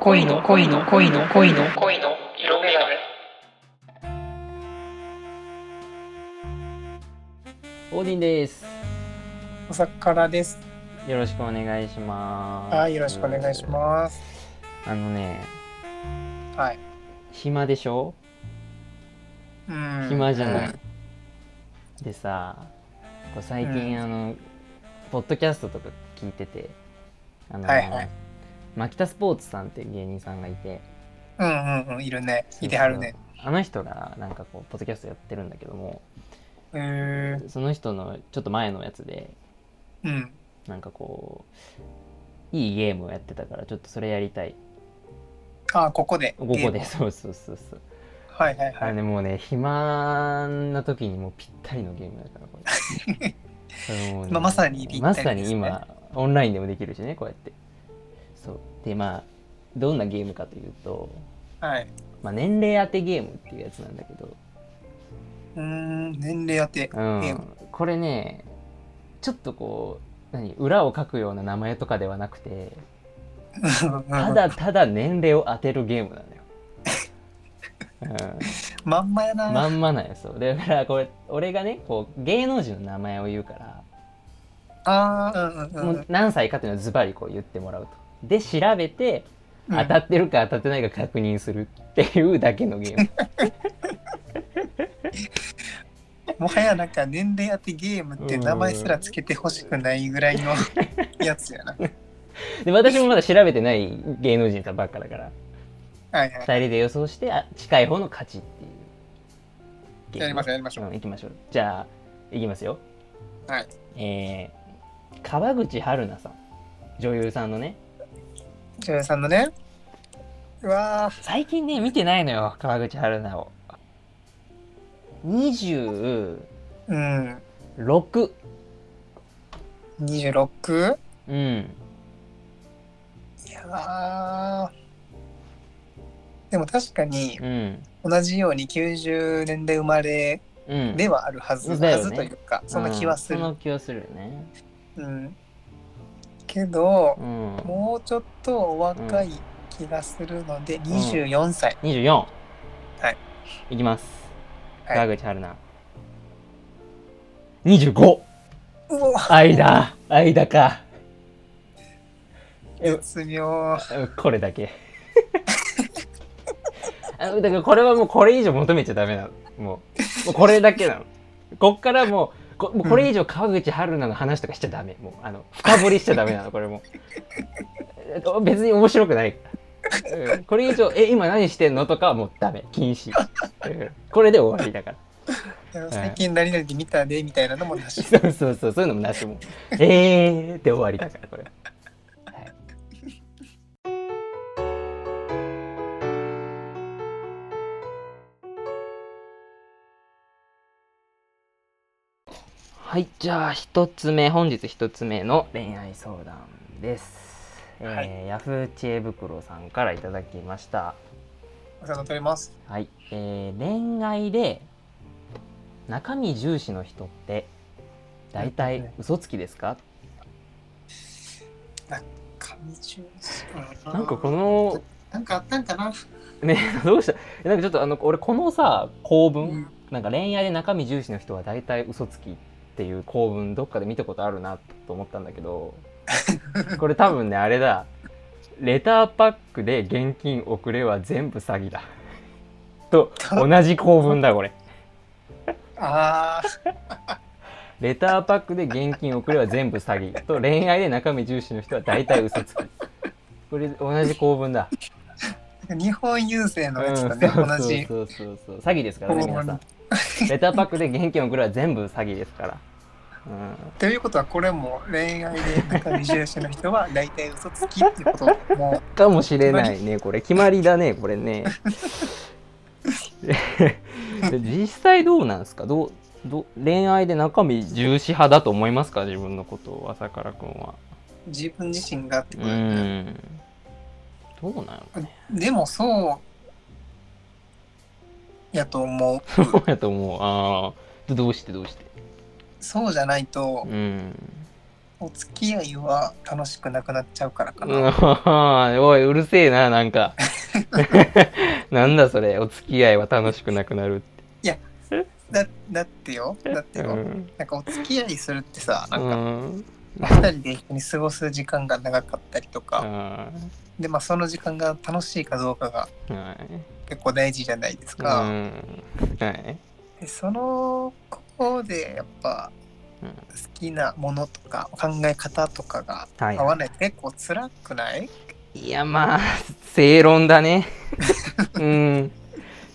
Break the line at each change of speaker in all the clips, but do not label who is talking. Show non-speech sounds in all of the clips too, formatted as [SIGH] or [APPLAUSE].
恋の恋の恋の恋の恋の色眼鏡
オーディンです。
お魚です
よろしくお願いします。
はいよろしくお願いし
す。
ます
あのね、
はい
暇でしょ
うん
暇じゃない。
うん
でさ、こう最
う
近
ん
あの、ポッドキャストとか聞いてて、あの、
はいはい
マキタスポーツさんっていう芸人さんがいて、
うんうんうんいるねいてはるね
あの人がなんかこうポッドキャストやってるんだけども、
うーん
その人のちょっと前のやつで、
うん
なんかこういいゲームをやってたからちょっとそれやりたい。
あここで
ここ
ゲー
で、
ム
そうそうそうそう。
はいはい
あ
は
れ
い
ねもうね暇な時にもうぴったりのゲームだからこ
[LAUGHS]
れそれもうね
まあまさにぴったり
まさに
ですね
今オンラインでもできるしねこうやってそうでまあどんなゲームかというと、
はい
まあ、年齢当てゲームっていうやつなんだけど、
うーん年齢当て
う
ゲ
ん
ーム、
これねちょっとこう何裏を書くような名前とかではなくてただただ年齢を当てるゲームなのよ、うん、
[LAUGHS] まんまやな、
まんまなんやそうだからこれ俺がねこう芸能人の名前を言うから
ああうんうん
も
うん
う何歳かっていうのをズバリこう言ってもらうとで調べて
うん
当たってるか当たってないか確認するっていうだけのゲー
[LAUGHS]
ム
もはやなんか年齢当てゲームって名前すらつけてほしくないぐらい
[LAUGHS]
のやつやな
で私もまだ調べてない芸能人さんばっかだから
はいはい
2人で予想してあ近い方の勝ちっていうゲーム
やりましょう
う
やりましょう
ん、行きましょうじゃあ行きますよ
はい
えー、川口春奈さん女優さんのね
女優さんのねうわ
最近ね見てないのよ川口春奈を26
ーうん26?
うん
いやーでも確かに
うん
同じように90年代生まれ
うん
ではあるはず、
うんだ
は
よね
ずというかそんな気はす
うん
る、
その気はするよね
うんけど
うん
もうちょっとお若い気がするので、24歳
24はいいきます
はい
川口春奈、25
うお
間間かえ
絶妙
これだけあのだからこれはもうこれ以上求めちゃダメなのもうもうこれだけなのこっからもうこもうこれ以上川口春奈の話とかしちゃダメもうあの深掘りしちゃダメなのこれもう別に面白くないから、うんこれ以上「え今何してんの?」とかはもうダメ禁止、うんこれで終わりだから
でも最近何々で見たでみたいなのもな
[LAUGHS]
し
そうそうそうそういうのもなしもうえーって終わりだからこれはい、じゃあ一つ目、本日一つ目の恋愛相談です。えー
は
ヤフー知恵袋さんからいただきました。
お皿取れます
はい、えー、恋愛で中身重視の人って大体嘘つきですか？
神中
なんかこの
なんかあったんかな、
ね [LAUGHS] どうした？えなんかちょっとあの俺このさ構文、
うん
なんか恋愛で中身重視の人は大体嘘つきっていう構文どっかで見たことあるなと思ったんだけ
[LAUGHS]
どこれ多分ねあれだレターパックで現金送れは全部詐欺だ
[LAUGHS]
と同じ構文だこれ
あー
レターパックで現金送れは全部詐欺と恋愛で中身重視の人は大体嘘つきこれ同じ構文だ、
日本郵政の
う
や
ん、
つ
そう
だ
そう
ね、
そう
同じ
そうそうそう詐欺ですからね
構
皆
文
さんレターパックで現金送れは全部詐欺ですから、うん、
ということはこれも恋愛で中身重視の人は大体嘘つきっていうことも
かもしれないねこれ決まりだねこれ
[LAUGHS]
ね実際どうなんですかどうどう恋愛で中身重視派だと思いますか自分のことを朝倉くんは
う自分自身がって
う
ことだよね、
んどうなんやろね
でもそうやと思う
そうやと思うああどうしてどうして
そうじゃないと
うん
お付き合いは楽しくなくなっちゃうからかな。
うんおい、うるせえな、なんか。 [LAUGHS] なんだそれ、お付き合いは楽しくなくなるって。
だだってよ、だってよ、
うん。
なんかお付き合いするってさ、
う
なんか
ん。
2人で一緒に過ごす時間が長かったりとか、
は
で、まあその時間が楽しいかどうかが
いはい。
結構大事じゃないです
うん。
か。
はい。
でそのここでやっぱ
うん
好きなものとか考え方とかが
はい
合わないと結構辛くない
いや、まあ、正論だ
[LAUGHS]
ね。うん。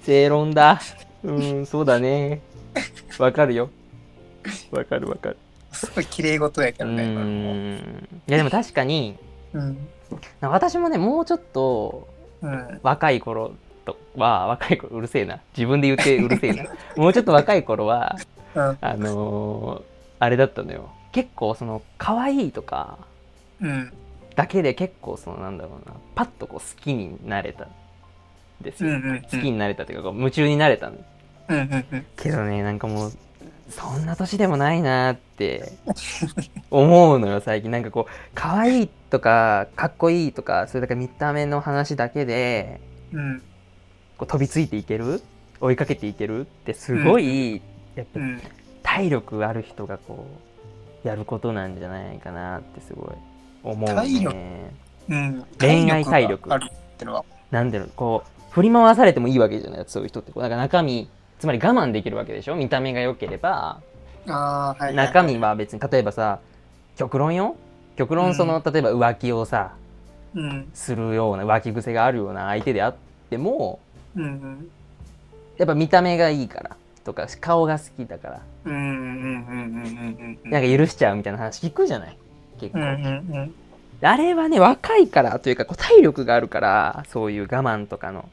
正論だ。うん、そうだね。わかるよ。わかるわかる。
すごい綺麗事やけ
う
どね。これも
ん。いや、でも確かに、
うん
私もね、もうちょっと、
うん
若い頃とは若い頃うるせえな自分で言ってうるせえ [LAUGHS] なもうちょっと若い頃は
うん
あのーあれだったのよ結構その可愛いとか
うん
だけで結構そのなんだろうなパッとこう好きになれたんです
うんう
よ、
んうん
好きになれたというかこう夢中になれたの
うんうんうん
けどねなんかもうそんな年でもないなーって思うのよ最近なんかこう可愛いとかかっこいいとかそれだけ見た目の話だけで
うん
こう飛びついていける追いかけていけるってすごい、やっぱ
うん
体力ある人がこうやることなんじゃないかなってすごい思う
体力
ね。
うん
恋愛体力
があるってのは
なんでこう振り回されてもいいわけじゃないそういう人ってこうなんか中身つまり我慢できるわけでしょ見た目が良ければ
あーはいはい
中身は別に例えばさ極論よ極論その、例えば浮気をさ
うん
するような浮気癖があるような相手であっても
うん
やっぱ見た目がいいからとか顔が好きだから
うんうんうんうんうんうんうん
なんか許しちゃうみたいな話聞くじゃない結構、
うんうんうん
あれはね若いからというかこう体力があるからそういう我慢とかの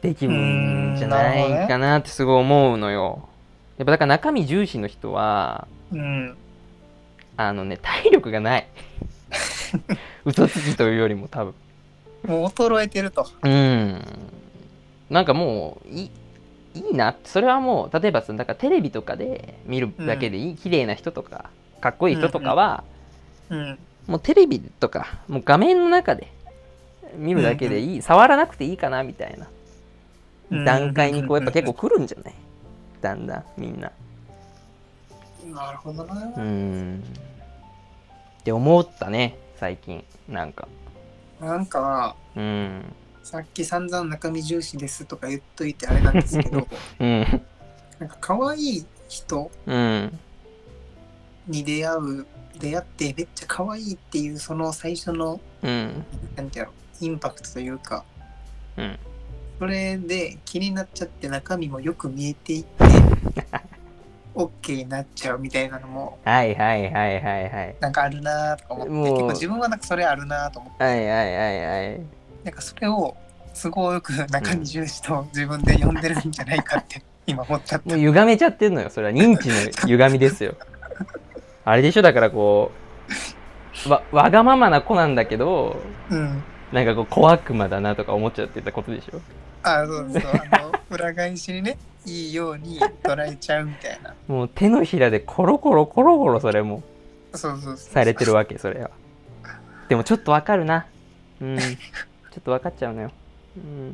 できるんじゃないかなってすごい思うのよやっぱだから中身重視の人は
うん
あのね体力がない嘘つきというよりも多分
もう衰えてると
うんなんかもういいいいなってそれはもう例えばそのだからテレビとかで見るだけでいい、綺麗な人とかかっこいい人とかは、
うん
もうテレビとかもう画面の中で見るだけでいい、触らなくていいかなみたいな段階にこうやっぱ結構来るんじゃないだんだんみんな
なるほどな
うーんって思ったね最近なんか
なんか
うん
さっき散々中身重視ですとか言っといてあれなんですけ
[LAUGHS]
ど
うん
なんか可愛い人
うん
に出会う出会ってめっちゃ可愛いっていうその最初の
うん
なんていうのインパクトというか
うん
それで気になっちゃって中身もよく見えていって
[LAUGHS]
OK になっちゃうみたいなのも
はいはいはいはいはい
なんかあるなーとか思って
もう
結構自分はなんかそれあるなーと思って
はいはいはいはい
なんかそれを都合よく中身重視と自分で呼んでるんじゃないかって今思っちゃった
もう歪めちゃってんのよそれは認知の歪みですよ [LAUGHS] あれでしょだからこうわわがままな子なんだけど
うん
なんかこう小悪魔だなとか思っちゃってたことでしょ
あそうそうあ
[LAUGHS]
の裏返しにねいいように捉えちゃうみたいな
もう手のひらでコロコロコロコロそれも
そうそうそう
されてるわけそれはでもちょっとわかるなうんちょっとわかっちゃうのようん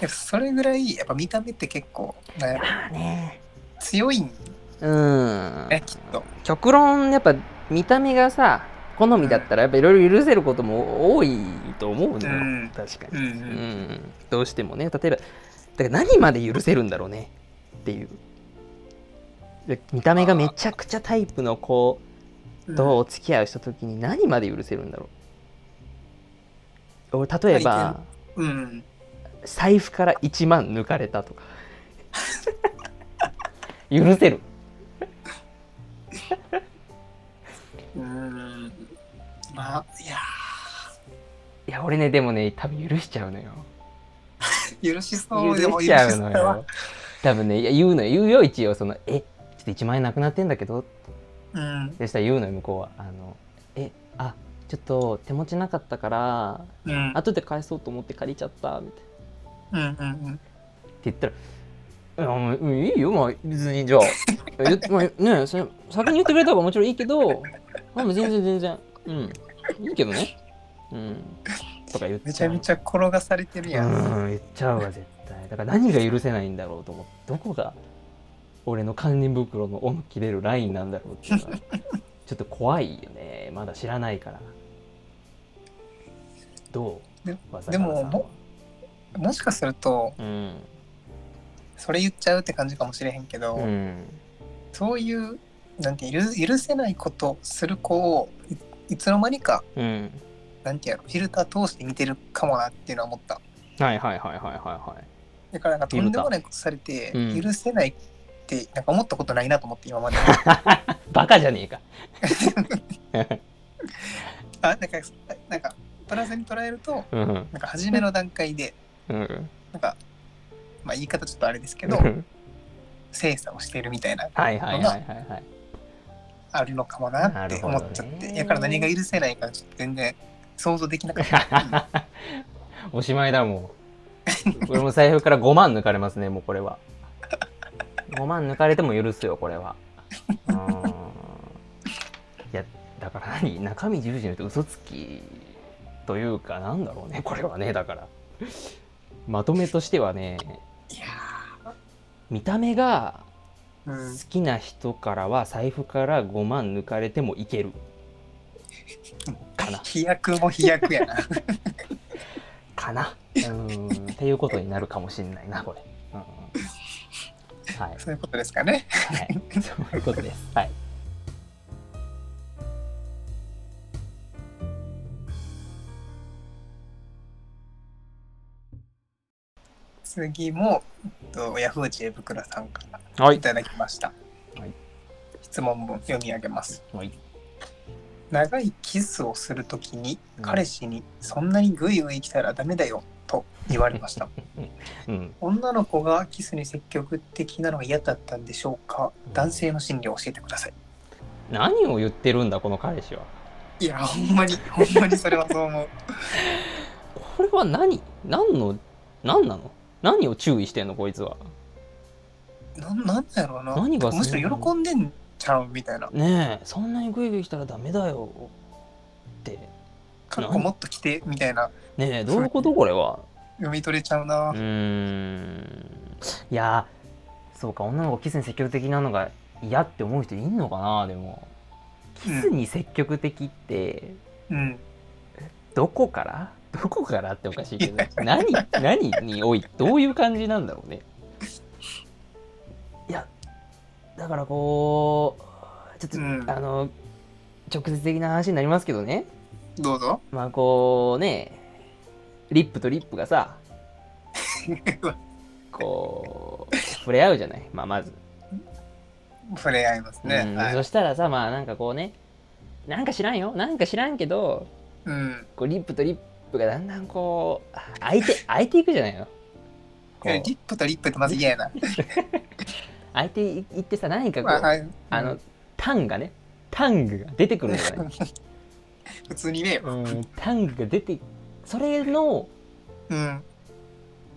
いやそれぐらいやっぱ見た目って結構なんやろ
まあね
強いん
うん
ねきっと
極論やっぱ見た目がさ好みだったらやっぱいろいろ許せることも多いと思うのよ、
うん
確か
う
に、
んう
うんん、どうしてもね例えばだから何まで許せるんだろうねっていうで見た目がめちゃくちゃタイプの子
うん
とお付き合いをした時に何まで許せるんだろう俺例えば
うん
財布から1万抜かれたとか許せる
うんまあいや
いや俺ねでもね多分許しちゃうのよ
ー許しそうでも
許しちゃうの
許しそうは
よ多分ねいや言うのよ言うよ一応その「えちょっと1万円なくなってんだけど」
うん
でしたら言うのよ向こうは「あのえあちょっと手持ちなかったから
うん
後で返そうと思って借りちゃった」みたいな
うんうん
って言ったらいやもううんいいよ、まあ、別にじゃあ。言っまあ、ねそれ先に言ってくれた方がもちろんいいけど、まあ、全然全然。うん。いいけどね。うん。とか言っ
め
ち
ち
ゃ
ゃ
う。
めちゃ転がされてるやん。
うん、言っちゃうわ、絶対。だから何が許せないんだろうと思って、どこが俺の堪忍袋の恩切れるラインなんだろうっていう
[LAUGHS]
のは、ちょっと怖いよね。まだ知らないから。どう
で
わ
でもももしかすると、
うん。
それ言っちゃうって感じかもしれへんけど、
うん。
そういう、なんて許、許せないことする子をい、いつの間にか、
うん。
なんてやろ、フィルター通して見てるかもなっていうのは思った。
はいはいはいはいはいはい。
だからなんかとんでもないことされて、
うん
許せないって、なんか思ったことないなと思って、今
[LAUGHS]
まで。
バカじゃねえか。
あ、なんか、なんか、プラスに捉えると、
[LAUGHS] うん。
なんか初めの段階で、
うん。
なんか、まあ言い方ちょっとあれですけど、精査をしてるみたいな、
はいはいはいはいはい。
あるのかもなって思っちゃっ
なるほ
て、
どね
だから何が許せないか、ちょっと全然想像できなかった。
おしまいだ
[LAUGHS]
もん。これも財布から5万抜かれますね、もうこれは。5万抜かれても許すよ、これは。うーんいや、だから何中身重視の人嘘つきというか、なんだろうね、これはね、だから。まとめとしてはね、
いや
見た目が
ーうん
好きな人からは財布から5万抜かれてもいける。かな。
飛躍も飛躍やな。 [LAUGHS]
かな。うーん。っていうことになるかもしれないな、これ。うん、はい。
そういうことですかね。 [LAUGHS]
はい。そういうことです。はい。
次も、えっとヤフー知恵袋さんから。
はい
ただきました。
はい
質問も読み上げます。
はい。
長いキスをするときに
うん
彼氏にそんなにグイグイ来たらダメだよと言われました
[LAUGHS] うん。
女の子がキスに積極的なのが嫌だったんでしょうか男性の心理を教えてください
何を言ってるんだ、この彼氏は。
いやほんまにほんまにそれはそう思う
これは何何の、何なの何を注意してんの、こいつは。
なんなんだろうな
何が
むしろ喜んでんちゃうみたいな
ねえ、そんなにグイグイ来たらダメだよ。って。
かっこもっと来てみたいな
ねえ、どういうことこれは。
読み取れちゃうな、
うーんいやそうか女の子キスに積極的なのが嫌って思う人いんのかなでもキスに積極的って
うん、
どこから [LAUGHS] どこからっておかしいけど [LAUGHS] 何何においどういう感じなんだろうねいやだからこうちょっと、
うん
あの直接的な話になりますけどね
どうぞ [LAUGHS]
まあこうねリップとリップがさこう触れ合うじゃない、まあ、まず、
触れ合いますね、
うん
はい
そしたらさまあなんかこうねなんか知らんよなんか知らんけど
うん
こうリップとリップがだんだんこう開い
[LAUGHS]
て開いていくじゃないのこ
いやリ
う
ップとリップってまず嫌やな、
開いていってさ何かこ
まあ
う
はい、
あのタンがねタングが出てくるのじゃない、
普通にね
うん、タングが出てそれの
うん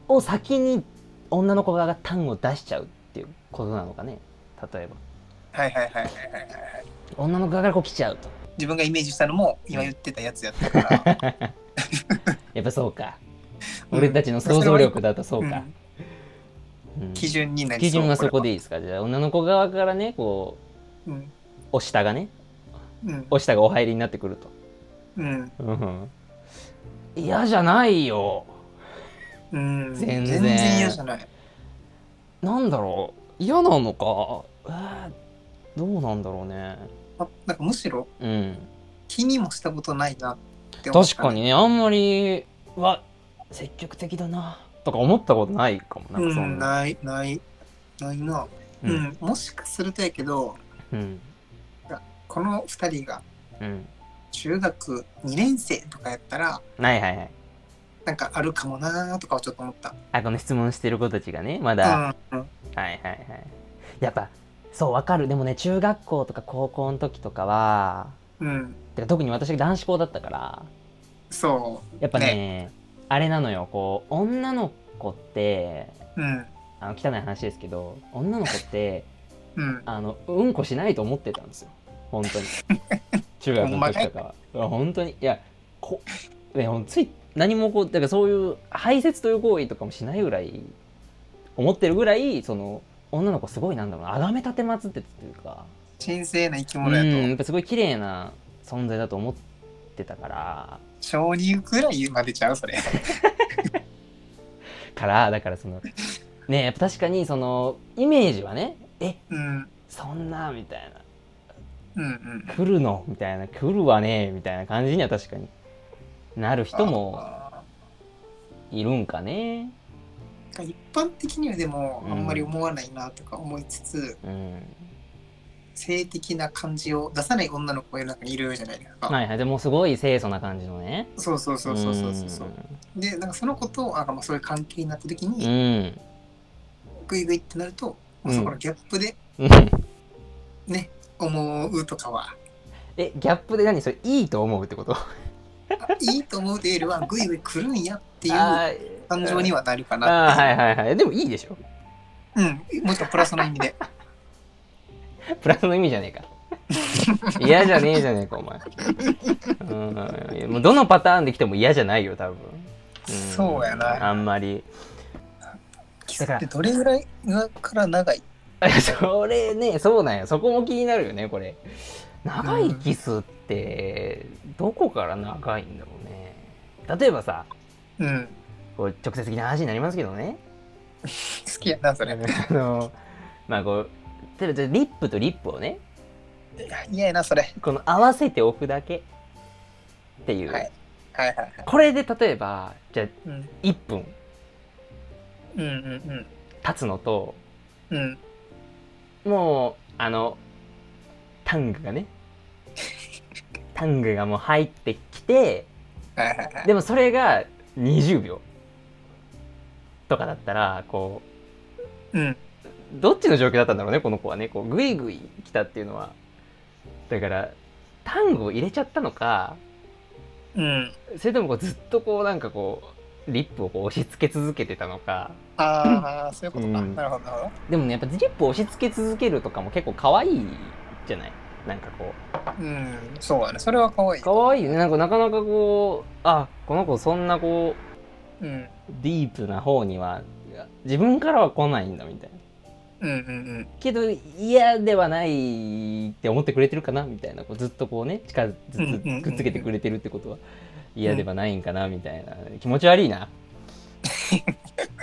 を先に女の子側がタンを出しちゃうっていうことなのかね例えば
はいはいはいはいはいはい
女の子側からこう来ちゃうと
自分がイメージしたのも今言ってたやつやったから、
やっぱそうか
うん
俺たちの想像力だと [LAUGHS] そう
う
か、
ん
うん
基準になりそう
基準はそこで
いい、
いいですかじゃあ女の子側からねこ
うん
うお下がね
うん
お下がお入りになってくると
うん
うん嫌じゃないよ
うん、
全然
嫌じゃない
なんだろう嫌なのかえーどうなんだろうね
あなんかむしろ
うん
気にもしたことないなって思った
確かにねあんまりうわ積極的だなとか思ったことないかもなん
う
かそ
ん
んな
ないないないな、うんもしかするとやけど
うん
この2人が
うん
中学2年生とかやったら
はいはいはい
なんかあるかもなーとかはちょっと思った
あこの質問してる子たちがねまだ、
うんうん
はいはいはいやっぱそうわかるでもね中学校とか高校の時とかは
うん
てか特に私男子校だったから
そ
やっぱねあれなのよこう女の子って
ううん
あの汚い話ですけど女の子 [LAUGHS] って
うん。
あのうんこしないと思ってたんですよ本当に [LAUGHS] 中学の時とかは本当にいやこねほんつい何もこうだからそういう排泄という行為とかもしないぐらい思ってるぐらいその女の子すごいなんだろうな崇め立てまつってたというか
神聖な生き
う
物
ん
や
やっ
と、
ぱすごい綺麗な存在だと思ってたから
小児ぐらいまでちゃうそれ。
からだからそのねやっぱ確かにそのイメージはねえ
うん。
そんなみたいな
うんうん。
来るのみたいな来るわねみたいな感じには確かになる人も
あ
いるんかね
ー一般的にはでも
うん
あんまり思わないなとか思いつつ、
うん
性的な感じを出さない女の子が世の中にいるじゃないですか。
はいはいでもすごい清楚な感じのね
そうそうそうそうそうそうそう。でなんかその子となんかまあそういう関係になった時
うんう
に
ん
グイグイってなると、もうそこのギャップで
うん
ね思うと
[LAUGHS]
かは
えギャップで何それいいと思うってこと
あいいと思うというよりはグイグイ来るんやっていう
あー
感情にはなるかな
あーはいはいはいでもいいでしょ
うんもちろんプラスの意味で
プラスの意味じゃねえか嫌じゃねえじゃねえかお前うんいやもうどのパターンで来ても嫌じゃないよ多分、ん
そうやな
あんまり [LAUGHS]
キス
だから
ってどれぐらいから長い
あそれねそうなんやそこも気になるよねこれ長いキスってどこから長いんだろうね例えばさ
うん
こう直接的な話になりますけどね
好きやなそ
[LAUGHS]
れ
あのまあこう例えばリップとリップをね
嫌やなそれ
この合わせておくだけっていう、
はいはいはいはい
これで例えばじゃあ
うん
1分
うんうん
経つのと
うんうん
もうあのタングが [LAUGHS] ねタングがもう入ってきて
はいはいはい
でもそれが20秒とかだったらこ
うん
うどっちの状況だったんだろうねこの子はねこうグイグイ来たっていうのはだからタングを入れちゃったのか
うん
それともこうずっとこうなんかこうリップをこう押し付け続けてたのか
ああそういうことか、
うん
なるほどなるほ
でもねやっぱリップを押し付け続けるとかも結構可愛いじゃないなんかこう
どうんそうやねそれは可愛い
可愛いねなんかなかなかこうあこの子そんなこう
うん
ディープな方にはいや自分からは来ないんだみたいな
うんうん
けど嫌ではないって思ってくれてるかなみたいなこうずっとこうね近づ
うんうんうんうん
くっつけてくれてるってことは嫌ではないんかなみたいな気持ち悪い
[LAUGHS]
な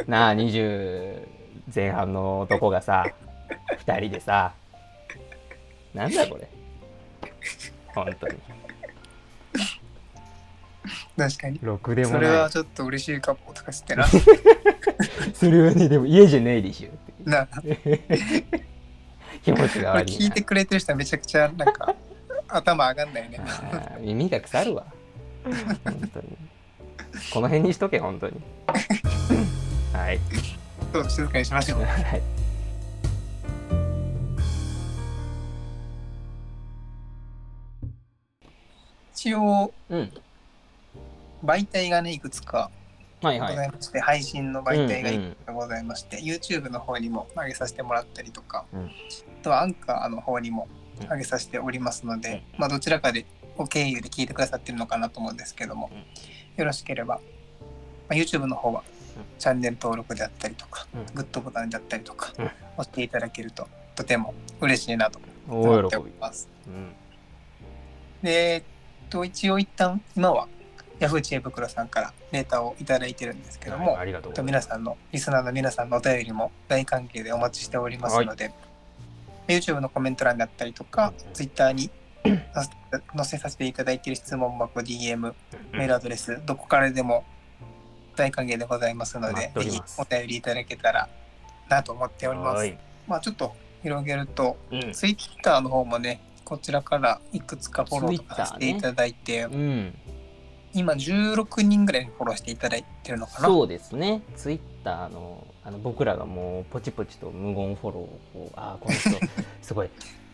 なあ20前半の男がさ2人でさなんだこれ本当に
うん確かに
ろくでも
そ
ない
れはちょっと嬉しいかもとかしてな
[LAUGHS] それはね、でも家じゃないでしょっていう。
な
気持ちが
これ
悪い
聞い
な
て。くれてる人はめちゃくちゃな
[LAUGHS]
んか頭上がんないね
あー耳が腐るわ。本当に。この辺にしとけ、本当に。はい。
そう静かにしましょ
[LAUGHS]
う
はい。
一応
うん。
媒体がねいくつか
はい
ご
は
ざ
い。
いまして、配信の媒体がいく
うん
つかございまして、YouTube の方にも上げさせてもらったりとか、
うん
あとはアンカーの方にも上げさせておりますので、まあどちらかでお経由で聞いてくださってるのかなと思うんですけども、
うん
よろしければ、まあ、YouTube の方はチャンネル登録であったりとか、
うん
グッドボタンであったりとか、
うん
押していただけるととても嬉しいなと
うん
思
大
って
喜
お
び
り。ます。
うん。
で、えっと一応一旦今は Yahoo! 知恵袋さんからデータをいただいてるんですけども、
ありがとう
えっと。皆さんのリスナーの皆さんのお便りも大歓迎でお待ちしておりますので、YouTube のコメント欄だったりとか、Twitter に載せ載せさせていただいている質問箱 DM メールアドレス、どこからでも大歓迎でございますの
待
で
っ、てお
ぜ
り
ひ
ます
お便りいただけたらなと思っておりま
は
す。
い。
まあちょっと広げると、
うん。
Twitter の方もね、こちらからいくつかフォローとかさせていただいて、
うん。
今16人ぐらいフォローしていただいてるのかな。
そうですね。ツイッターのあの僕らがもうポチポチと無言フォローをこうああこの人すごい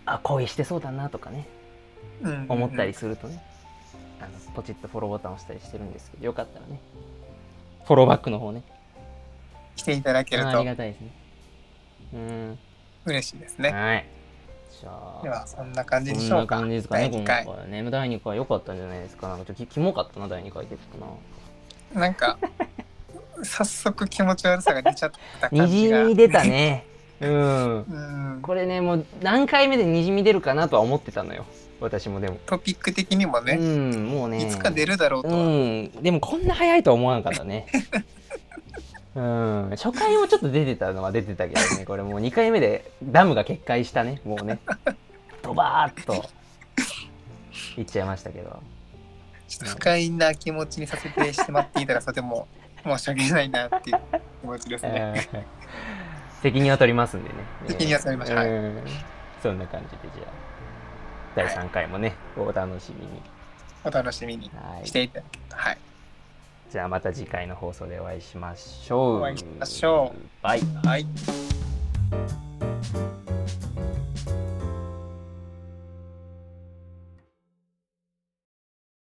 あ恋してそうだなとかね
うんうんうん
思ったりするとね、あのポチッとフォローボタンを押したりしてるんですけどよかったらねフォローバックの方ね
していただける
あー
と
ありがたいですねうん。
嬉しいですね。
はい。じゃあ。
では、そんな感じ
こ
で
ん
しょ
な
うか。
感じですかね、
第
今
二回
回はね。第2回良かったんじゃないですか。なんかちょっときキモかったな、第2回結構な。
なんか、早速気持ち悪さが出ちゃった感じ
にじ
が。
み出たね。うん。
うん。
これね、もう何回目でにじみ出るかなとは思ってたのよ。私もでも。
トピック的にも
う
ね、
ん、もうね。
いつか出るだろうとは。
うん、でもこんな早いとは思わなかったね。うん、初回もちょっと出てたのは出てたけどね、これもう2回目でダムが決壊したね、もうね、ドバーっといっちゃいましたけど。
ちょっと不快な気持ちにさせてしまっていたら、と
[LAUGHS]
ても申し訳ないなっていう気持ちですね。
うん責任は取りますんでね。
責任は取りましょうはい
うんそんな感じで、じゃあ、第3回もね、お楽しみに。
お楽しみに
は
し
い。
ていただけると。はい。
じゃあまた次回の放送でお会いしましょう。
お会いしましょ
う。バイ。
はい。